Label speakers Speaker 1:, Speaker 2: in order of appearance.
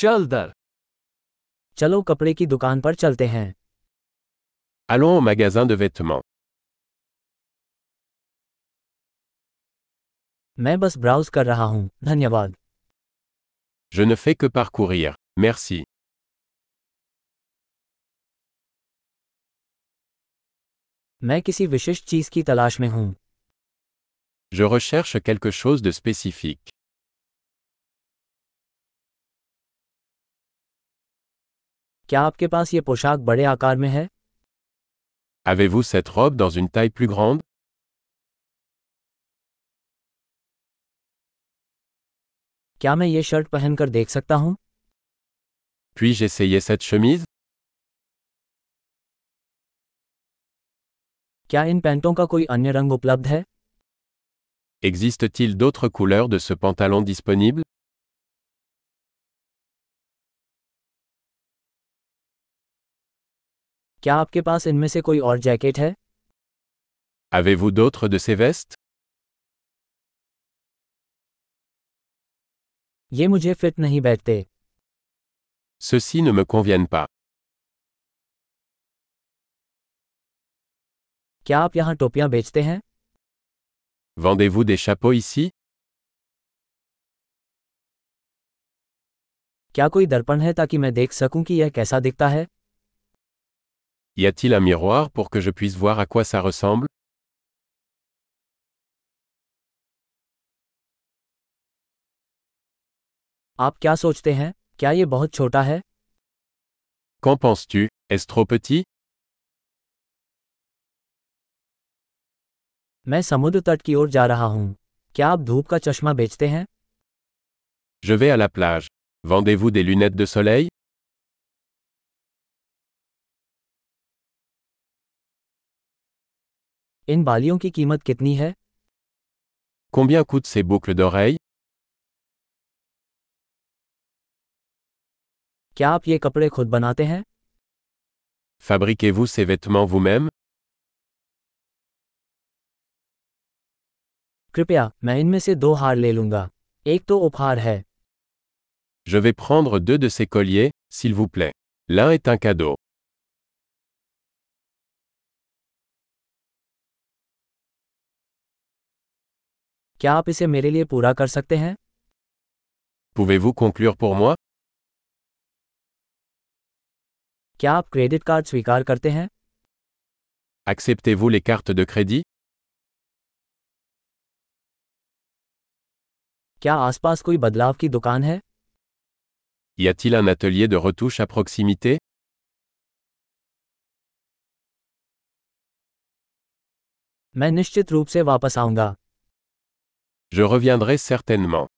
Speaker 1: चल दर
Speaker 2: चलो कपड़े की दुकान पर चलते हैं
Speaker 3: Allons au magasin de vêtements.
Speaker 2: मैं बस ब्राउज कर रहा हूँ धन्यवाद
Speaker 3: Je ne fais que parcourir. Merci.
Speaker 2: मैं किसी विशिष्ट चीज की तलाश में हूँ
Speaker 3: Je recherche quelque chose de spécifique.
Speaker 2: क्या आपके पास ये पोशाक बड़े आकार में है
Speaker 3: Avez-vous cette robe dans une taille plus grande
Speaker 2: क्या मैं ये शर्ट पहनकर देख सकता हूँ
Speaker 3: Puis-je essayer cette chemise
Speaker 2: क्या इन पैंटों का कोई अन्य रंग उपलब्ध है
Speaker 3: Existe-t-il d'autres couleurs de ce pantalon disponible
Speaker 2: क्या आपके पास इनमें से कोई और जैकेट है
Speaker 3: Avez-vous d'autres de ces vestes
Speaker 2: ये मुझे फिट नहीं बैठते
Speaker 3: Ceux-ci ne me conviennent pas.
Speaker 2: क्या आप यहाँ टोपियाँ बेचते हैं
Speaker 3: Vendez-vous des chapeaux ici
Speaker 2: क्या कोई दर्पण है ताकि मैं देख सकूं कि यह कैसा दिखता है
Speaker 3: Y a-t-il un miroir pour que je puisse voir à quoi ça ressemble
Speaker 2: आप क्या सोचते हैं क्या ये बहुत छोटा है
Speaker 3: Qu'en penses-tu Est-ce trop petit
Speaker 2: मैं समुद्र तट की ओर जा रहा हूँ क्या आप धूप का चश्मा बेचते हैं
Speaker 3: Je vais à la plage. Vendez-vous des lunettes de soleil
Speaker 2: इन बालियों की कीमत कितनी है
Speaker 3: Combien coûtent ces boucles d'oreilles
Speaker 2: क्या आप ये कपड़े खुद बनाते हैं
Speaker 3: Fabriquez-vous ces vêtements vous-même
Speaker 2: कृपया मैं इनमें से दो हार ले लूंगा एक तो उपहार है
Speaker 3: Je vais prendre deux de ces colliers, s'il vous plaît. L'un est un cadeau.
Speaker 2: क्या आप इसे मेरे लिए पूरा कर सकते हैं
Speaker 3: Pouvez-vous conclure pour moi
Speaker 2: क्या आप क्रेडिट कार्ड स्वीकार करते हैं
Speaker 3: Acceptez-vous les cartes de crédit
Speaker 2: क्या आसपास कोई बदलाव की दुकान है
Speaker 3: Y a-t-il un atelier de retouche à proximité
Speaker 2: मैं निश्चित रूप से वापस आऊंगा
Speaker 3: Je reviendrai certainement.